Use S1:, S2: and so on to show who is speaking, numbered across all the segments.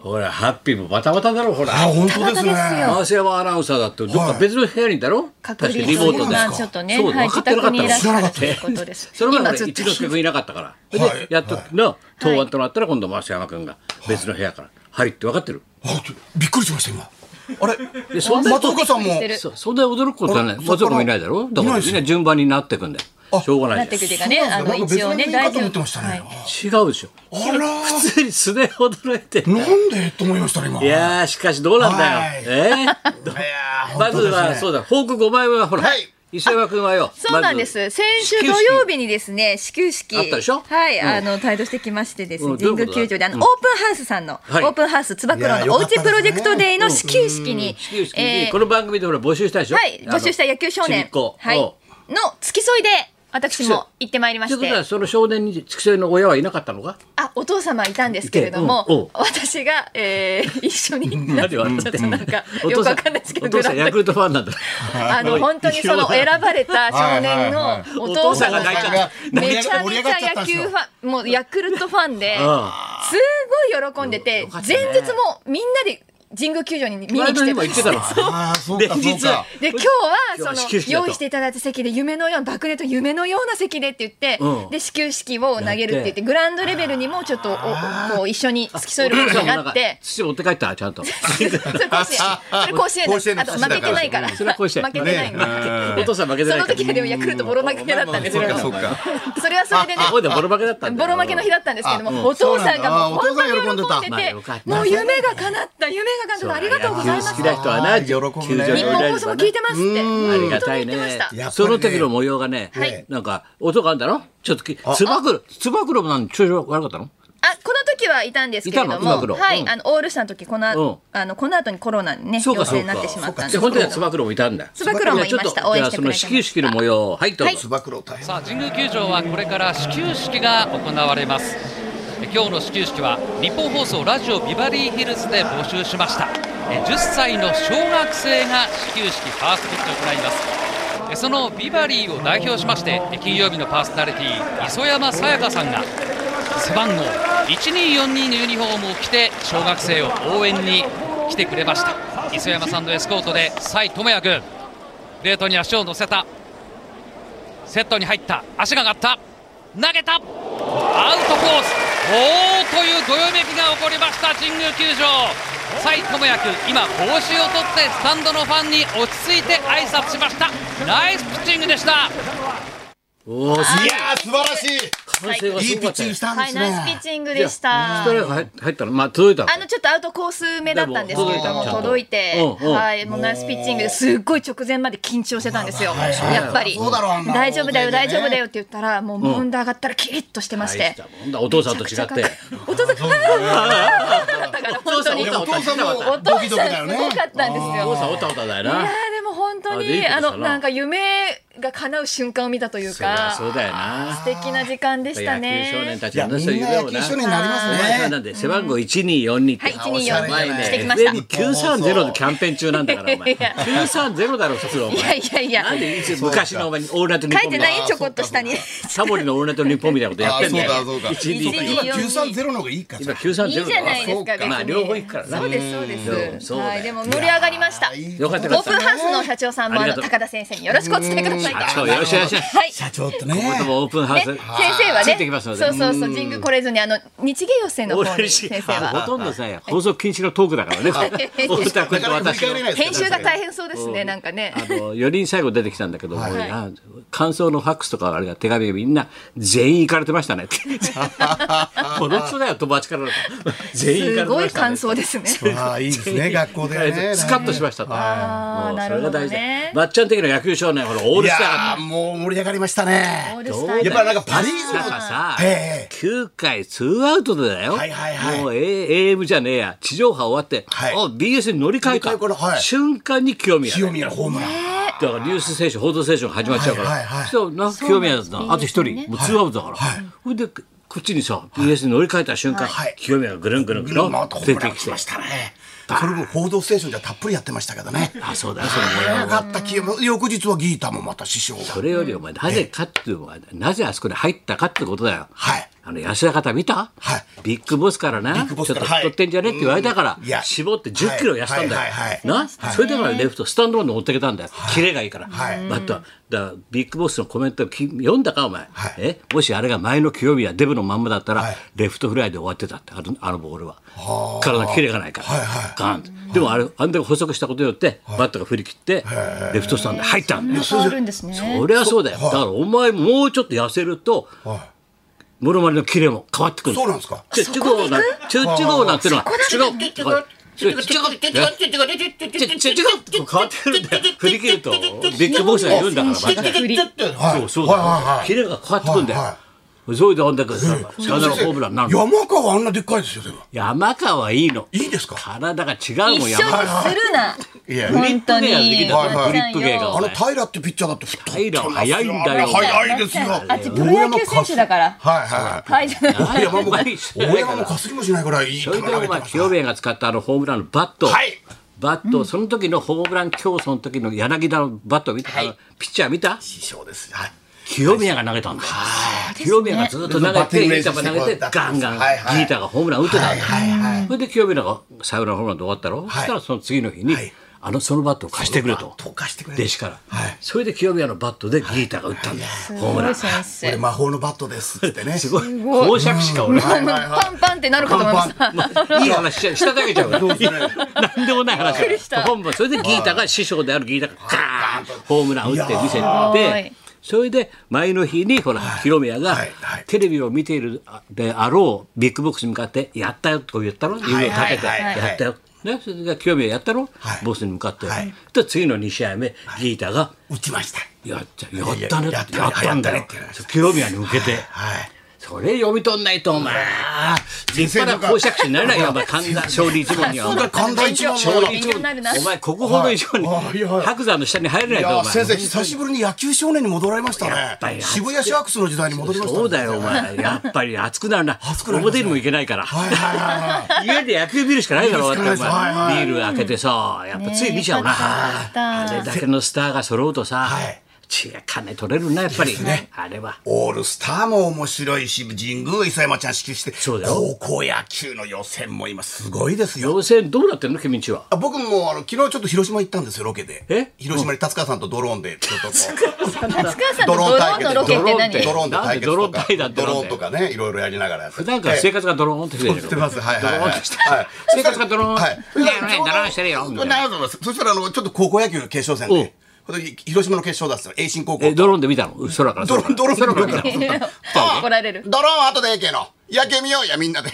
S1: ほらハッピーもバタバタだろほら
S2: あ本当ですね
S3: バタバタですよ
S1: マーシャワアナウンサーだってどっか別の部屋にいたろ、
S3: 隔離
S1: 確かリモートで
S3: まあちょっとね、
S1: そう
S3: はい、
S1: 分か
S3: 自
S1: ってなかっ
S3: 宅
S1: た
S3: にいらっしゃるということ
S1: の
S3: です。
S1: それま
S3: 今
S1: で
S3: ず
S1: 俺
S3: っと
S1: 一之輔君いなかったから、
S2: は
S1: で
S2: い
S1: やっと、
S2: はい
S1: な当番となったら今度増山君が別の部屋から入って分かってる、
S2: あちょびっくりしました今あれ
S1: でそんな
S2: 松岡さんも
S3: びっくりしてる
S1: そそんな驚くことはない
S2: あら
S1: 松岡もいないだろだか
S2: いない
S1: ら
S2: です
S1: ね順番になってくんだよ
S2: あ
S1: しょうがな
S3: ないって
S1: じ
S3: くると
S1: ゃ
S3: いうかね、あの一応ね、
S2: 大
S3: 大
S2: 丈
S3: 丈
S2: 夫と思ってました
S3: 夫。は
S2: ね
S3: い
S1: ん違うでしょ
S2: あら
S1: 普通に素で驚いて
S2: なんでと思いましたね今
S1: いやーしかしどうなん
S2: はい
S1: だよ、えーどまずは、そう
S2: だ
S1: だ報告お前はほら、
S2: はい
S1: 伊勢山君はよ
S3: そうなんで
S1: まず
S3: す。先週土曜日にですね、始球式。
S1: あったでしょ
S3: はい、
S1: うん
S3: あの、帯同してきましてです
S1: う
S3: ね、
S1: んどうい
S3: 神
S1: う
S3: 宮
S1: ことだ
S3: 球場で、あの、
S1: う
S3: オ
S1: ん
S3: ープンハウスさんの、オ
S1: はい
S3: ープンハウスつば九
S2: いや
S3: 郎
S2: よ
S3: のお
S2: かっ
S3: う
S2: たですね
S3: ちプロジェクトデーの始球式に
S1: 始球、式に
S3: えー
S1: この番組でほら募集したでしょ
S3: はい、募集した野球少
S1: ちび
S3: 年
S1: っ子。
S3: はい。
S1: お
S3: の付き添いで、私も行ってまいりま
S1: という
S3: し
S1: こと
S3: て。
S1: はその少年に付き添いの親はいなかったのか
S3: あ、お父様いたんですけれども、
S1: いてうんおう
S3: 私が、えー 一緒に、ちょっ
S1: 何笑って
S3: となんか、
S1: お父
S3: よく
S1: さん
S3: わかんないですけど、
S1: お父さん
S3: グラウ
S1: ヤ
S3: ンド
S1: クルトファンなんだ
S3: あの本当にその選ばれた少年
S2: はいは
S3: の
S2: い
S3: お父さん
S1: お
S3: が
S1: 父さんが
S3: めちゃ
S2: 盛り上
S3: めち
S2: がっちゃっ
S3: ゃ
S2: たん
S3: 野
S2: です
S3: 球
S2: よ
S3: ファンもうヤクルトファンで
S1: あ
S3: すごい喜んでて
S1: かったね
S3: 前日もみんなで神宮球場に見に
S1: 前の
S3: 来
S1: 日
S3: て
S1: も
S3: た
S1: 言ってたの
S2: あーそうか
S1: 連日
S2: そうか
S3: で今日
S1: 今
S3: は
S1: 日は始
S3: そ
S1: 球
S3: の
S1: 式だと
S3: 用意していただいた席で夢のような爆裂と夢のような席でって言って、
S1: うん
S3: で始球式を投げるって言
S1: やっ
S3: っててグラウンドレベルにもちょっとおこう一緒に付き添えることになって。
S1: 土持って帰ったちゃんと
S3: それ甲子園それ甲子園
S2: 甲子園
S3: で
S2: の
S3: あと負けてないから
S1: それはこうして
S3: 負けてないんで、
S1: お父さん負けてな
S3: そ
S1: い
S3: の
S1: から
S3: 時はでもヤクルトボロ負けだったんですけど、
S4: そうかそうか
S3: それはそれでね。
S1: おいでボロ負けだったんだ
S3: ボ
S1: よ
S3: ロ負けの日だったんですけども、お
S2: そう
S3: 父
S2: なんだ
S3: さんがもう
S2: あお
S3: 本
S2: 父さん
S3: 当に喜
S2: 喜
S3: ん
S2: ん
S3: で
S1: でたまあよかってた、
S3: もう夢が叶った、夢が叶った、ありがとうございま
S1: 野球好
S3: す
S1: き。な人はな
S2: あー喜ぶね
S1: 球場に
S3: 日
S1: 入
S3: 本
S1: れ
S3: 放
S1: れ
S3: 送
S1: ば
S3: も
S1: な
S3: 聞いてますって、
S1: ありが
S3: 本当
S1: た
S3: に
S1: い
S3: 言ってまし
S1: ね
S3: た。
S2: やっぱりね
S1: その時の模様がね、
S3: はい
S1: なんか音があるんだろちょっときつば九郎つば九郎もなん調子悪かったの
S3: あこの時はいたんですけれ
S1: いた
S3: ど
S1: の今
S3: も、
S1: 黒
S3: はい、
S1: うん
S3: あのオールスターの時この、
S1: うん
S3: あのこの後にコロナにね陽性になってしまったん
S1: で
S3: ですけれ
S1: 本
S3: ど
S1: 当
S3: も
S1: にはつば九郎もいたんだ
S3: つば九郎もいま
S1: じ
S3: した
S1: ゃあちょっと
S3: 応援してくれてま
S1: じ
S3: し
S1: ゃあ
S3: た
S1: その始球式の模様をはいどうぞ、
S2: つば九郎大変
S5: さあ神宮球場はこれから始球式が行われますえ今日の始球式は日本放送ラジオビバリーヒルズで募集しましたえ10歳の小学生が始球式ファーストピッチを行いますえそのビバリーを代表しましてえ金曜日のパーソナリティ磯山さやかさんが背番号1242のユニフォームを着て小学生を応援に来てくれました磯山さんのエスコートで蔡智也君レートに足を乗せたセットに入った足が上がった投げたアウトコースおーというどよめきが起こりました神宮球場蔡智也君今帽子を取ってスタンドのファンに落ち着いて挨拶しましたナイスピッチングでした
S1: おーす
S2: いやー素晴らしい
S1: 歓声が
S2: い
S1: す
S2: い
S1: ご
S2: ピ
S1: か
S2: ッ
S1: っ
S2: チ
S1: た
S2: ン
S1: よ
S2: グしたんです
S3: はい、ナイスピ
S2: ね
S3: ッチングでした。
S1: ストレート入入ったのまあ届いたの
S3: あのちょっとアウトコース目だったんですけれども
S1: でも
S3: 届い
S1: ちゃん
S3: て
S1: とうんうん
S3: はいもうナイスピッチングですっごい直前まで緊張してたんですよやっぱり
S2: そうだろうあんな
S3: 大丈夫だよ
S2: 大
S3: 大
S2: 勢でね
S3: 丈夫だよって言ったらもうマウンド上がったらキリッとしてまして
S1: 大したもんだお父さんと違って
S3: めちゃくちゃかっこいいお父さんあーだから本当に
S1: お
S2: でもお父さん
S3: お
S2: もド
S3: 父
S2: キド
S3: さんす
S2: キ
S3: ご
S2: だよね
S3: かったんです
S1: お父
S3: よ
S1: さんおたおただよ
S3: いやー
S1: な
S3: でも本当
S1: あでいい
S3: に
S1: こと
S3: あ
S1: したな
S3: のなんか夢が叶う瞬間を見たという
S1: そりゃ
S3: か
S1: そうだよな
S3: 素敵な時間でしたね
S1: 野球少年た
S2: い
S1: ち
S2: や
S1: の
S2: み
S1: そういう
S2: んな
S1: 夢
S2: 野
S1: を
S2: 球
S1: な
S2: 少年になります
S1: お前さ
S2: ね
S1: なんで背番号1242って
S3: はい
S2: あおしゃれ
S3: 1242
S2: だ
S1: ね
S2: ね
S3: してきました
S1: 上に930のキャンペーン中なんだからお前
S3: いや
S1: 930だろ普通お
S3: いや
S1: 前
S3: いやいや
S1: なんでいつ昔のお前にオールナイトニッ
S3: 書
S1: ポ
S3: い
S1: ン
S3: て
S1: み
S3: な
S1: たい
S3: い
S1: な
S3: ちょこっと下に
S1: サボりのオールナイトニッポンみたいなことやってんだよ
S4: あそうだそうだ
S1: 122
S2: 今九三ゼロの方がいいか
S1: 今930
S3: いいじゃないですか、別に
S1: まあ両方行くからな
S3: そうです、そうで
S1: ん
S3: す。
S1: そうだよ
S3: はい、でも盛り上がりました。オー
S1: よかった
S3: プ
S1: よかった
S3: ンハウスの社長さんも、
S1: あ
S3: あ
S1: りが
S3: の
S1: とう
S3: 高田先生によろしくお伝えください。
S1: あそうよろしくお願いします
S3: はい。
S2: 社長ってね
S1: ここでもオープンハウ
S3: ね、
S1: ス
S3: 先生は
S1: ついてきま
S3: ね、
S1: すの
S3: そう
S1: で
S3: そうそう、神宮これずに、あの日芸予選の方
S1: 俺
S3: に
S1: し
S3: 先
S1: ほ
S3: 生は。
S1: とんどさ放送禁止のトークだからね太田君と私の
S3: 編集が大変そうですね、なんかね。
S1: あの4人最後出てきたんだけど、もう
S3: はい
S1: あ感想のファックスとかあれが手紙がみんな全員行かれてました ねってこの人だよ友達からだと全員行かれ
S3: す
S1: てま
S3: ごい
S1: したね
S3: 感想ですね。
S2: ああいいですね学校でね
S1: スカッとしましたと
S3: あ
S1: も
S3: あ、
S1: う
S3: な
S1: そ
S3: る
S1: れが
S3: ほど
S1: 大事だ
S3: ね。
S1: まっちゃん的な野球少年ほらオー
S2: い
S1: ルスターだ
S2: やーもう盛り上がりましたね
S3: オールスタ
S1: どう
S3: ー
S2: やっぱりなんかパ・リーグ
S1: なんか
S2: の
S1: さ、
S2: ええ
S1: 9回ツーアウトでだよ、
S2: はいはいはい
S1: もう A- AM じゃねえや地上波終わって、
S2: はい
S1: お BS に乗り換え
S2: 乗
S1: た
S2: り換えからはい
S1: 瞬間に清宮だ
S2: 清宮のホームラン
S1: だからニュースステーション報道ステーション始まっちゃうから、
S2: はいはいはい
S1: そうな清宮だったのあと一人、もうツーアウトだから、それでこっちにさ BS に乗り換えた瞬間、
S2: はい
S1: 清宮がぐるんぐるんぐるん
S2: またホー
S1: 出
S2: ム
S1: て
S2: ラン
S1: き
S2: 来
S1: て
S2: ましたねそれも「報道ステーション」じゃたっぷりやってましたけどね
S1: あそうだそれも
S2: よかった清宮翌日はギータもまた師匠が
S1: それよりお前なぜかっていうのはなぜあそこに入ったかってことだよ。
S2: はい
S1: あの安田方見た、
S2: はい
S1: ビッグボスからな
S2: ビッグボスから
S1: ちょっと太ってんじゃねって言われたから、
S2: うんいや
S1: 絞って1 0キロ痩せたんだよ、
S2: はいはいはい
S1: な、
S2: はい
S1: それだからレフトスタンドローンに持ってけたんだよ、キレがいいから、
S2: はい
S1: バットはだからビッグボスのコメントき読んだかお前、
S2: はい
S1: えもしあれが前の清宮デブのまんまだったら、
S2: はい
S1: レフトフライで終わってたってあのあのボールは体キレがないから、
S2: はいはい
S1: ガーンってでもあれあんだけ細くしたことによって、バットが振り切ってレフトスタンドに入ったんだよ
S3: 変わるんですね。
S1: そりゃそうだよ、だからお前もうちょっと痩せると
S2: は
S1: モノマネのキレも変わってく
S2: い
S1: る
S2: そうなんですか
S1: ちゅちゅこうなんちゅちゅこうなんてのは違うちゅちゅこうちゅちゅこう変わってくるんだよ振り切るとビッグボスがいるんだからまた
S2: はい
S1: そうそう
S2: はい
S1: だよ
S2: はい
S1: キ
S2: はい
S1: レが変わってくるんだ
S2: は
S1: よそれであんだけさサヨナラホームランになるの
S2: 山川あんなでっかいですよでも
S1: 山川はいいの
S2: いいですか
S1: 体が違う
S3: 一
S1: も
S3: 緒
S1: ん
S3: にす
S1: 山川
S3: るな。
S2: いや
S1: グリップ芸ができた
S2: 本当
S1: グ
S2: に
S1: リップ芸が
S2: あの平ってピッチャーだって太ってますよ
S1: 平良早いんだよ
S2: 早いですよ
S3: あっちプロ野球選手だから。
S2: はいはい
S3: はい、じゃない。
S2: はい。山も
S1: 毎日してない
S2: 大
S1: から
S2: 山もかすりもしないぐらいいい球
S1: それ
S2: 投
S1: でお
S2: げて
S1: 前
S2: ます
S1: 清兵衛が使ったあのホームランのバット、
S2: はい
S1: バット、その時のホームラン競争の時の柳田のバットを見た、あのピッチャー見た
S2: 師匠ですはい
S1: 清宮が投げたんだ、清宮がずっと投げ
S2: バッテ
S1: て
S2: ィング
S1: い
S2: 練
S1: い球
S2: 習
S1: 投
S2: して
S1: げて
S2: こう
S1: ガンガン、
S2: はいはい
S1: ギーターがホームラン打ってたんだ、
S2: はいはいはい
S1: それで清宮がサヨナラホームランで終わったろ、そしたらその次の日に、
S2: はい
S1: あのそのバットを貸してくれと
S2: 溶かしてくれ
S1: 弟子から、
S2: はい
S1: それで清宮のバットでギーターが打ったんだ、ホームラン
S3: すごい先生。
S2: 俺魔法のバットですっつって ね
S1: すごい公爵しか俺は
S2: はいはいはい
S3: パンパンってなるかと思いました。
S1: いい話しちゃしただけじゃん。
S2: そうですね
S1: なんでもない話
S3: りした
S1: 本部それでギータが師匠であるギータがガーンホームラン打って見せ
S2: い
S3: ー
S1: てそれで前の日にほら広宮が
S2: はいはい
S1: テレビを見ているであろうビッグボックスに向かって「やったよ」と言ったろ指を立てて「
S2: はいはいはい
S1: やったよ」ね、それで清宮やったろ、
S2: はい
S1: ボスに向かって、
S2: はい
S1: で次の2試合目、ギータが
S2: 打ちました
S1: 「やったやったね」
S2: いや
S1: ってやったんだ
S2: や
S1: よ
S2: ったねって
S1: 清宮に向けて、
S2: はい
S1: それ読み取んないとお前立派な公爵士になれない よお前神田勝利一門にはお前
S2: 神田一番
S3: そうだ
S2: い
S3: 勉強になるな。
S1: お前国宝の以上に
S2: はいはい
S1: 白山の下に入れないとお
S2: や
S1: 前
S2: 先生久しぶりに野球少年に戻られました
S1: ぱり
S2: ね渋谷シャークスの時代に戻りましたね
S1: そうだよお前やっぱり熱くなるな
S2: 熱くなります
S1: 表
S2: ね
S1: にも行けないから
S2: はいはいはいは
S1: 家
S2: い
S1: で野球見るしかないだろだってお前
S2: 見るしかないですはいはい
S1: ビール開けてさやっぱつい見ちゃうな
S3: ねえ
S1: あれだけのスターが揃うとさ
S2: はい
S1: 血が金取れるなやっぱりあれは
S2: オールスターも面白いし神宮磯山ちゃん指揮して
S1: そうだよ
S2: 高校野球の予選も今すごいですよ
S1: 予選どうなってんの君んちは
S2: あ僕もあの昨日ちょっと広島行ったんですよロケで
S1: え
S2: 広島に達川さんとドローンでちょっとこう
S3: 夏川さんのドローンのロケって何？
S2: ドローンで対決とか
S1: ドローン対なんて
S2: ドローンとかねいろいろやりながらやって
S1: 普段から生活がドローンってしてるじ
S2: 知っ
S1: ゃん
S2: てます。はいはい、
S1: ドローン
S2: はい
S1: ってして。
S2: はい
S1: 生活がドローン
S2: はい。
S1: ねえねえドローンしてるよ
S2: そしたらありがとうございますそしたら、あの、ちょっと高校野球の決勝戦で、広島の決勝だったんですよ。栄新高校
S1: え。ドローンで見たの空から
S2: ドローン、ドローン、ドローンドローン、
S3: 怒られる。
S2: ドローン後でええけど、野球見ようや、みんなで。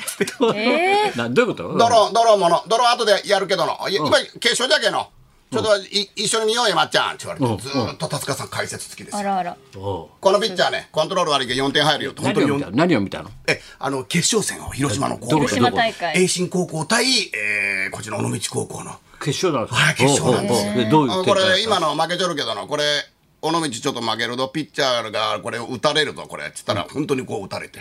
S3: ええ
S1: などういうこと
S2: ドローン、ドローンもの、ドローン後でやるけどの、いや今、決勝じゃけの。ちょっとい一緒に見ようや、まっちゃんって言われて、ずーっと達川さん解説付きです
S3: あ
S2: よ。
S3: らあら。
S1: おう
S2: このピッチャーね、コントロール悪いけど4点入るよって、本当
S1: 何を
S2: に
S1: 見
S2: 四
S1: たの何を見たの
S2: え、あの、決勝戦を広島の
S1: どこ
S2: 高校
S1: どこ
S3: 広島大会
S2: 栄。新高校対、えー、こっちら尾道高校の。
S1: 決勝なんですか
S2: はい決勝なんです
S1: おうおうおうでどういう
S2: あ
S1: 展
S2: こ
S1: 開
S2: れ今の負けちゃるけどなこれ尾道ちょっと負けるとピッチャーがこれ打たれるぞこれっつったら本当にこう打たれて、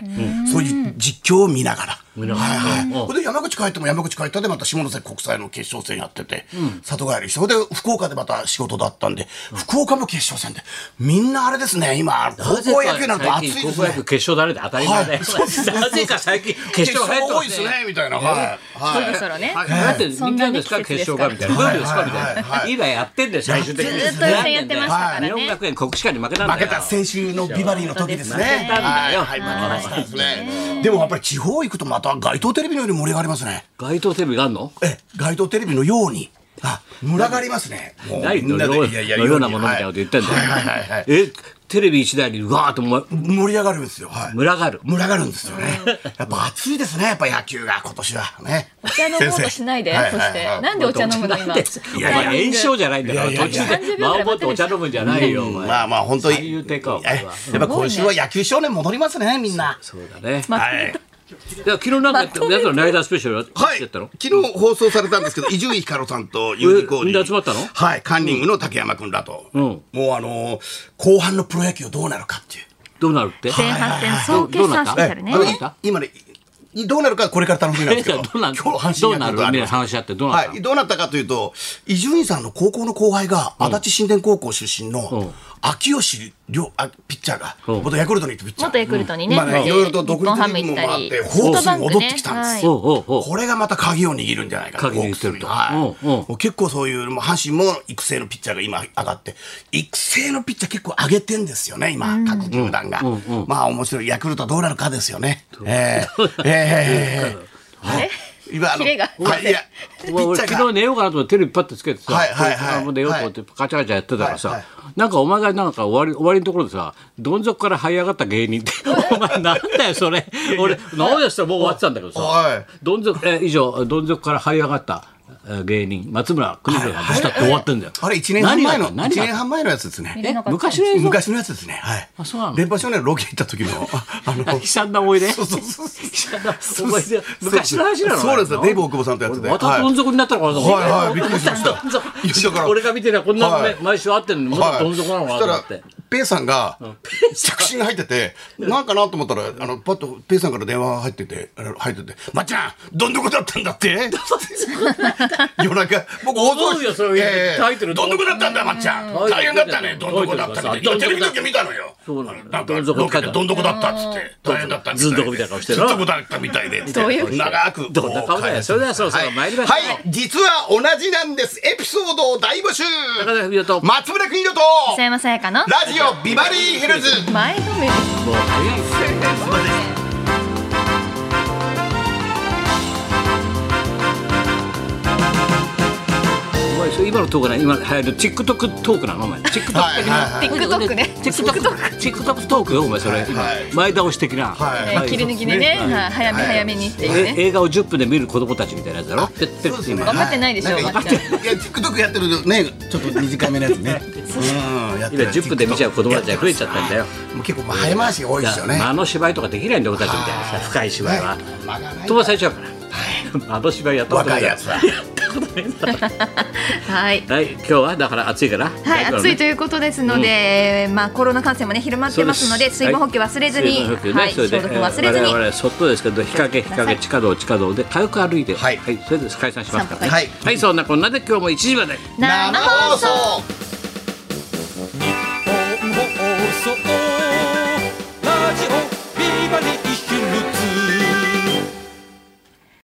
S2: そういう実況を見ながら。
S1: ながら
S2: はい
S1: うん
S2: はい、ほんで山口帰っても山口帰ったでまた下関国際の決勝戦やってて、里帰りしてほんで福岡でまた仕事だったんで、福岡も決勝戦でみんなあれですね今高校野球なんて熱いで
S1: 最近
S2: す
S1: 高校野球
S2: ね。
S1: 決勝だねって当たり前だよ
S2: はいそうですね
S1: なぜか最 近決勝入って
S2: 多
S1: ま
S2: いですす
S1: ね
S2: ねみたいな、はい
S3: そ
S2: はい
S3: ろそろね。
S1: はいだって見てんですか
S3: そんなね
S1: 決勝がみたいなどういうですかみ
S2: は
S1: た
S2: いは
S1: ない
S2: いいは
S1: 今やってんだよ最終的に
S3: ずっと予選やってましたからね
S1: 日本学園国士舘に負けたんだよ
S2: 負けた先週のビバリーの時です
S1: 負け
S2: ね。
S1: たんだよ
S2: はい、はい負けましたですね。でもやっぱり地方行くとまた街頭テレビのより盛り上がりますね。
S1: 街頭テレビがあんの
S2: え、街頭テレビのように。あ、群がりますね。も
S1: ないの
S2: で
S1: よう
S2: い
S1: の
S2: やいや
S1: ようなものみたいなこと言ってんだよ
S2: はいはいはいはい。
S1: えテレビ一台にうわーっとも
S2: 盛り上がるんですよ。はい。
S1: 群がる
S2: 群がるんですよね。やっぱ暑いですね。やっぱ野球が今年はね。
S3: お茶飲もうとしないで。
S2: 先生
S3: そして
S2: はいはいはい
S3: なんでお茶飲むの今。
S1: いやいや炎症じゃないんだから
S2: いやいや
S1: 途
S2: いや
S1: 中で間を持ってお茶飲むんじゃないよお前
S2: まあまあ本当に。
S1: 最優亭かお
S2: え
S1: 前は
S2: やっぱ今週は野球少年戻りますね、みんな。
S1: そうだね
S2: はい。
S1: いや昨日なんかやったやつのライダースペシャルやっ
S2: はい、
S1: やったの
S2: 昨日放送されたんです けど伊集院光さんと U 字工
S1: えみ
S2: 事
S1: んな集まったの
S2: はいカンニングの竹山君らと、
S1: うん
S2: もうあのー後半のプロ野球どうなるかっていう、
S1: どうなるって
S3: 前半戦総決算スペシャルね
S1: ど。う
S2: あ
S1: な
S2: の
S1: った
S2: い今ねいどうなるかこれから楽しみなんですけ ど
S1: どうなる
S2: 今日阪神野球と
S1: どうな
S2: あります
S1: るみんな話し合ってどうなった
S2: はい、どうなったかというと伊集院さんの高校の後輩が、足立新田高校出身の、
S1: ん
S2: 秋吉両あピッチャーが
S1: うん
S2: 元ヤクルトに行ってピッチャー
S3: 元ヤクルトにね
S2: まあね
S3: で
S2: いろいろと独
S3: 日本ハ
S2: 立リー
S3: ム
S2: グも
S3: 行った
S2: あっ
S3: り
S2: てホースに
S3: ソフトバンク
S2: 戻
S3: ね
S2: ってきたんです
S1: おう
S2: よ
S3: はい
S1: おうおう
S2: これがまた鍵を握るんじゃないかな
S1: 鍵握ってると
S2: ホークスには
S1: うん
S2: い
S1: うん
S2: もう結構そういう、まあ、阪神も育成のピッチャーが今上がって育成のピッチャー結構上げてんですよね今、各球団が、まあ面白いヤクルトはどうなるかですよねええええええ今あの
S3: キレが
S2: はいい やピ
S1: うわ
S2: ッ
S1: 俺
S2: チャー
S1: 昨
S2: が
S1: 日寝ようかなと思ってテレビパッとつけてさ、
S2: はいはいはい
S1: これからも寝ようと思ってカチャカチャやってたらさ、
S2: はいはい
S1: なんかお前がなんか終わり終わりのところでさどん底から這い上がった芸人 ってお前なんだよそれ俺何でしたらもう終わってたんだけど
S2: お
S1: さ
S2: い
S1: どん底えー以上どん底から這い上がったえー芸人松村邦洋がどうしたって終わってんだよ、
S2: あれ1年半前の
S1: 何があった何
S2: 1年
S1: があっ
S2: 半前のやつですね
S1: たえ昔の映像
S2: 昔のやつですね。はい。
S1: あそうなの
S2: 連覇少年のロケ行った時の、ああの、
S1: 悲惨な思い出
S2: そうそうそうそ う。
S1: お前じゃ昔の話なの
S2: そうです
S1: あれ
S2: よ。デイブ大久保さんとやってて。
S1: またどん底になったのかなと思って、
S2: は いはい、びっくりしました。いやだから
S1: 俺が見てりゃこんなのね、
S2: はい
S1: 毎週会ってんのにまだどん底なのかなと思って
S2: そし。たらペイさんが着信が入っててなんかなと思ったらあのパッとペイさんから電話が入っててあの入ってて「まっちゃんどん底だったんだって」夜中僕放
S1: 思うよそういう
S2: ええ
S1: タイトル
S2: どん底だったんだまっちゃん
S1: うん
S2: 大変だったねどん底だった
S1: タ
S2: ね
S1: イ」
S2: い
S1: トル
S2: や
S1: がさ
S2: テレビだけ見たのよ
S1: そうなんだ
S2: なんか
S1: どん
S2: ロ
S1: 底
S2: ケでどん底だったっつって大変だったっつって
S1: ずんどこみたいな顔してる
S2: ずんどこだったみたいでみたいな
S3: どういう
S2: 長くこう
S1: どんな顔だよ。それではそろそ
S2: は
S1: ろ
S2: い、
S1: 参りましょう。
S2: はい実は同じなんですエピソードを大募集
S1: 高田文夫ともう
S2: 松村邦洋と
S3: 磯山さやかの
S2: ラジオビバリーヒルズ
S3: 前のめり
S1: 早いっすよお前それ今のトークな今流行る TikTok トークなのお前 TikTok
S2: はいはい
S3: TikTok ね
S1: TikTok TikTok トークよお前それ今
S2: はい
S1: 前倒し的な
S2: はい
S1: は
S3: ね
S1: い
S3: 切り抜きでね
S2: そうですね
S3: はい早め早めにっていう
S1: え
S3: ね
S1: 映画を10分で見る子供たちみたいなやつだろペッペッって今
S3: 頑張ってないでしょ
S2: は
S3: まっちゃん
S2: いや TikTok やってるねちょっと短めのやつ ねうんやってる
S1: 今10分で見ちゃう子供たちが増えちゃったんだよ
S2: TikTok もう結構早回しが多いですよね
S1: 間の芝居とかできないんだ俺たちみたいなさ深い芝居は
S2: はい間がない
S1: 飛ばされちゃうから間の芝居やったことな
S2: 若
S1: い
S2: い
S1: から
S2: やつは
S3: はい
S1: はい、今日はだから暑いから。
S3: はい、暑いと
S1: いう。
S3: いうことですので、まあコロナ感染もね広まってますので、水分補給忘れずに、
S1: 水分補給ね、
S3: はい、
S1: それ
S3: 消
S1: で、
S3: 毒忘れず
S1: えー我
S3: に、
S1: 々外ですけど、日陰、日陰、地下道、地下道で、軽く歩いて、
S2: はい
S1: それで解散しますからね。
S2: はい
S1: はい、そんなこんなで、今日も1時まで。
S3: 生放送。
S2: 送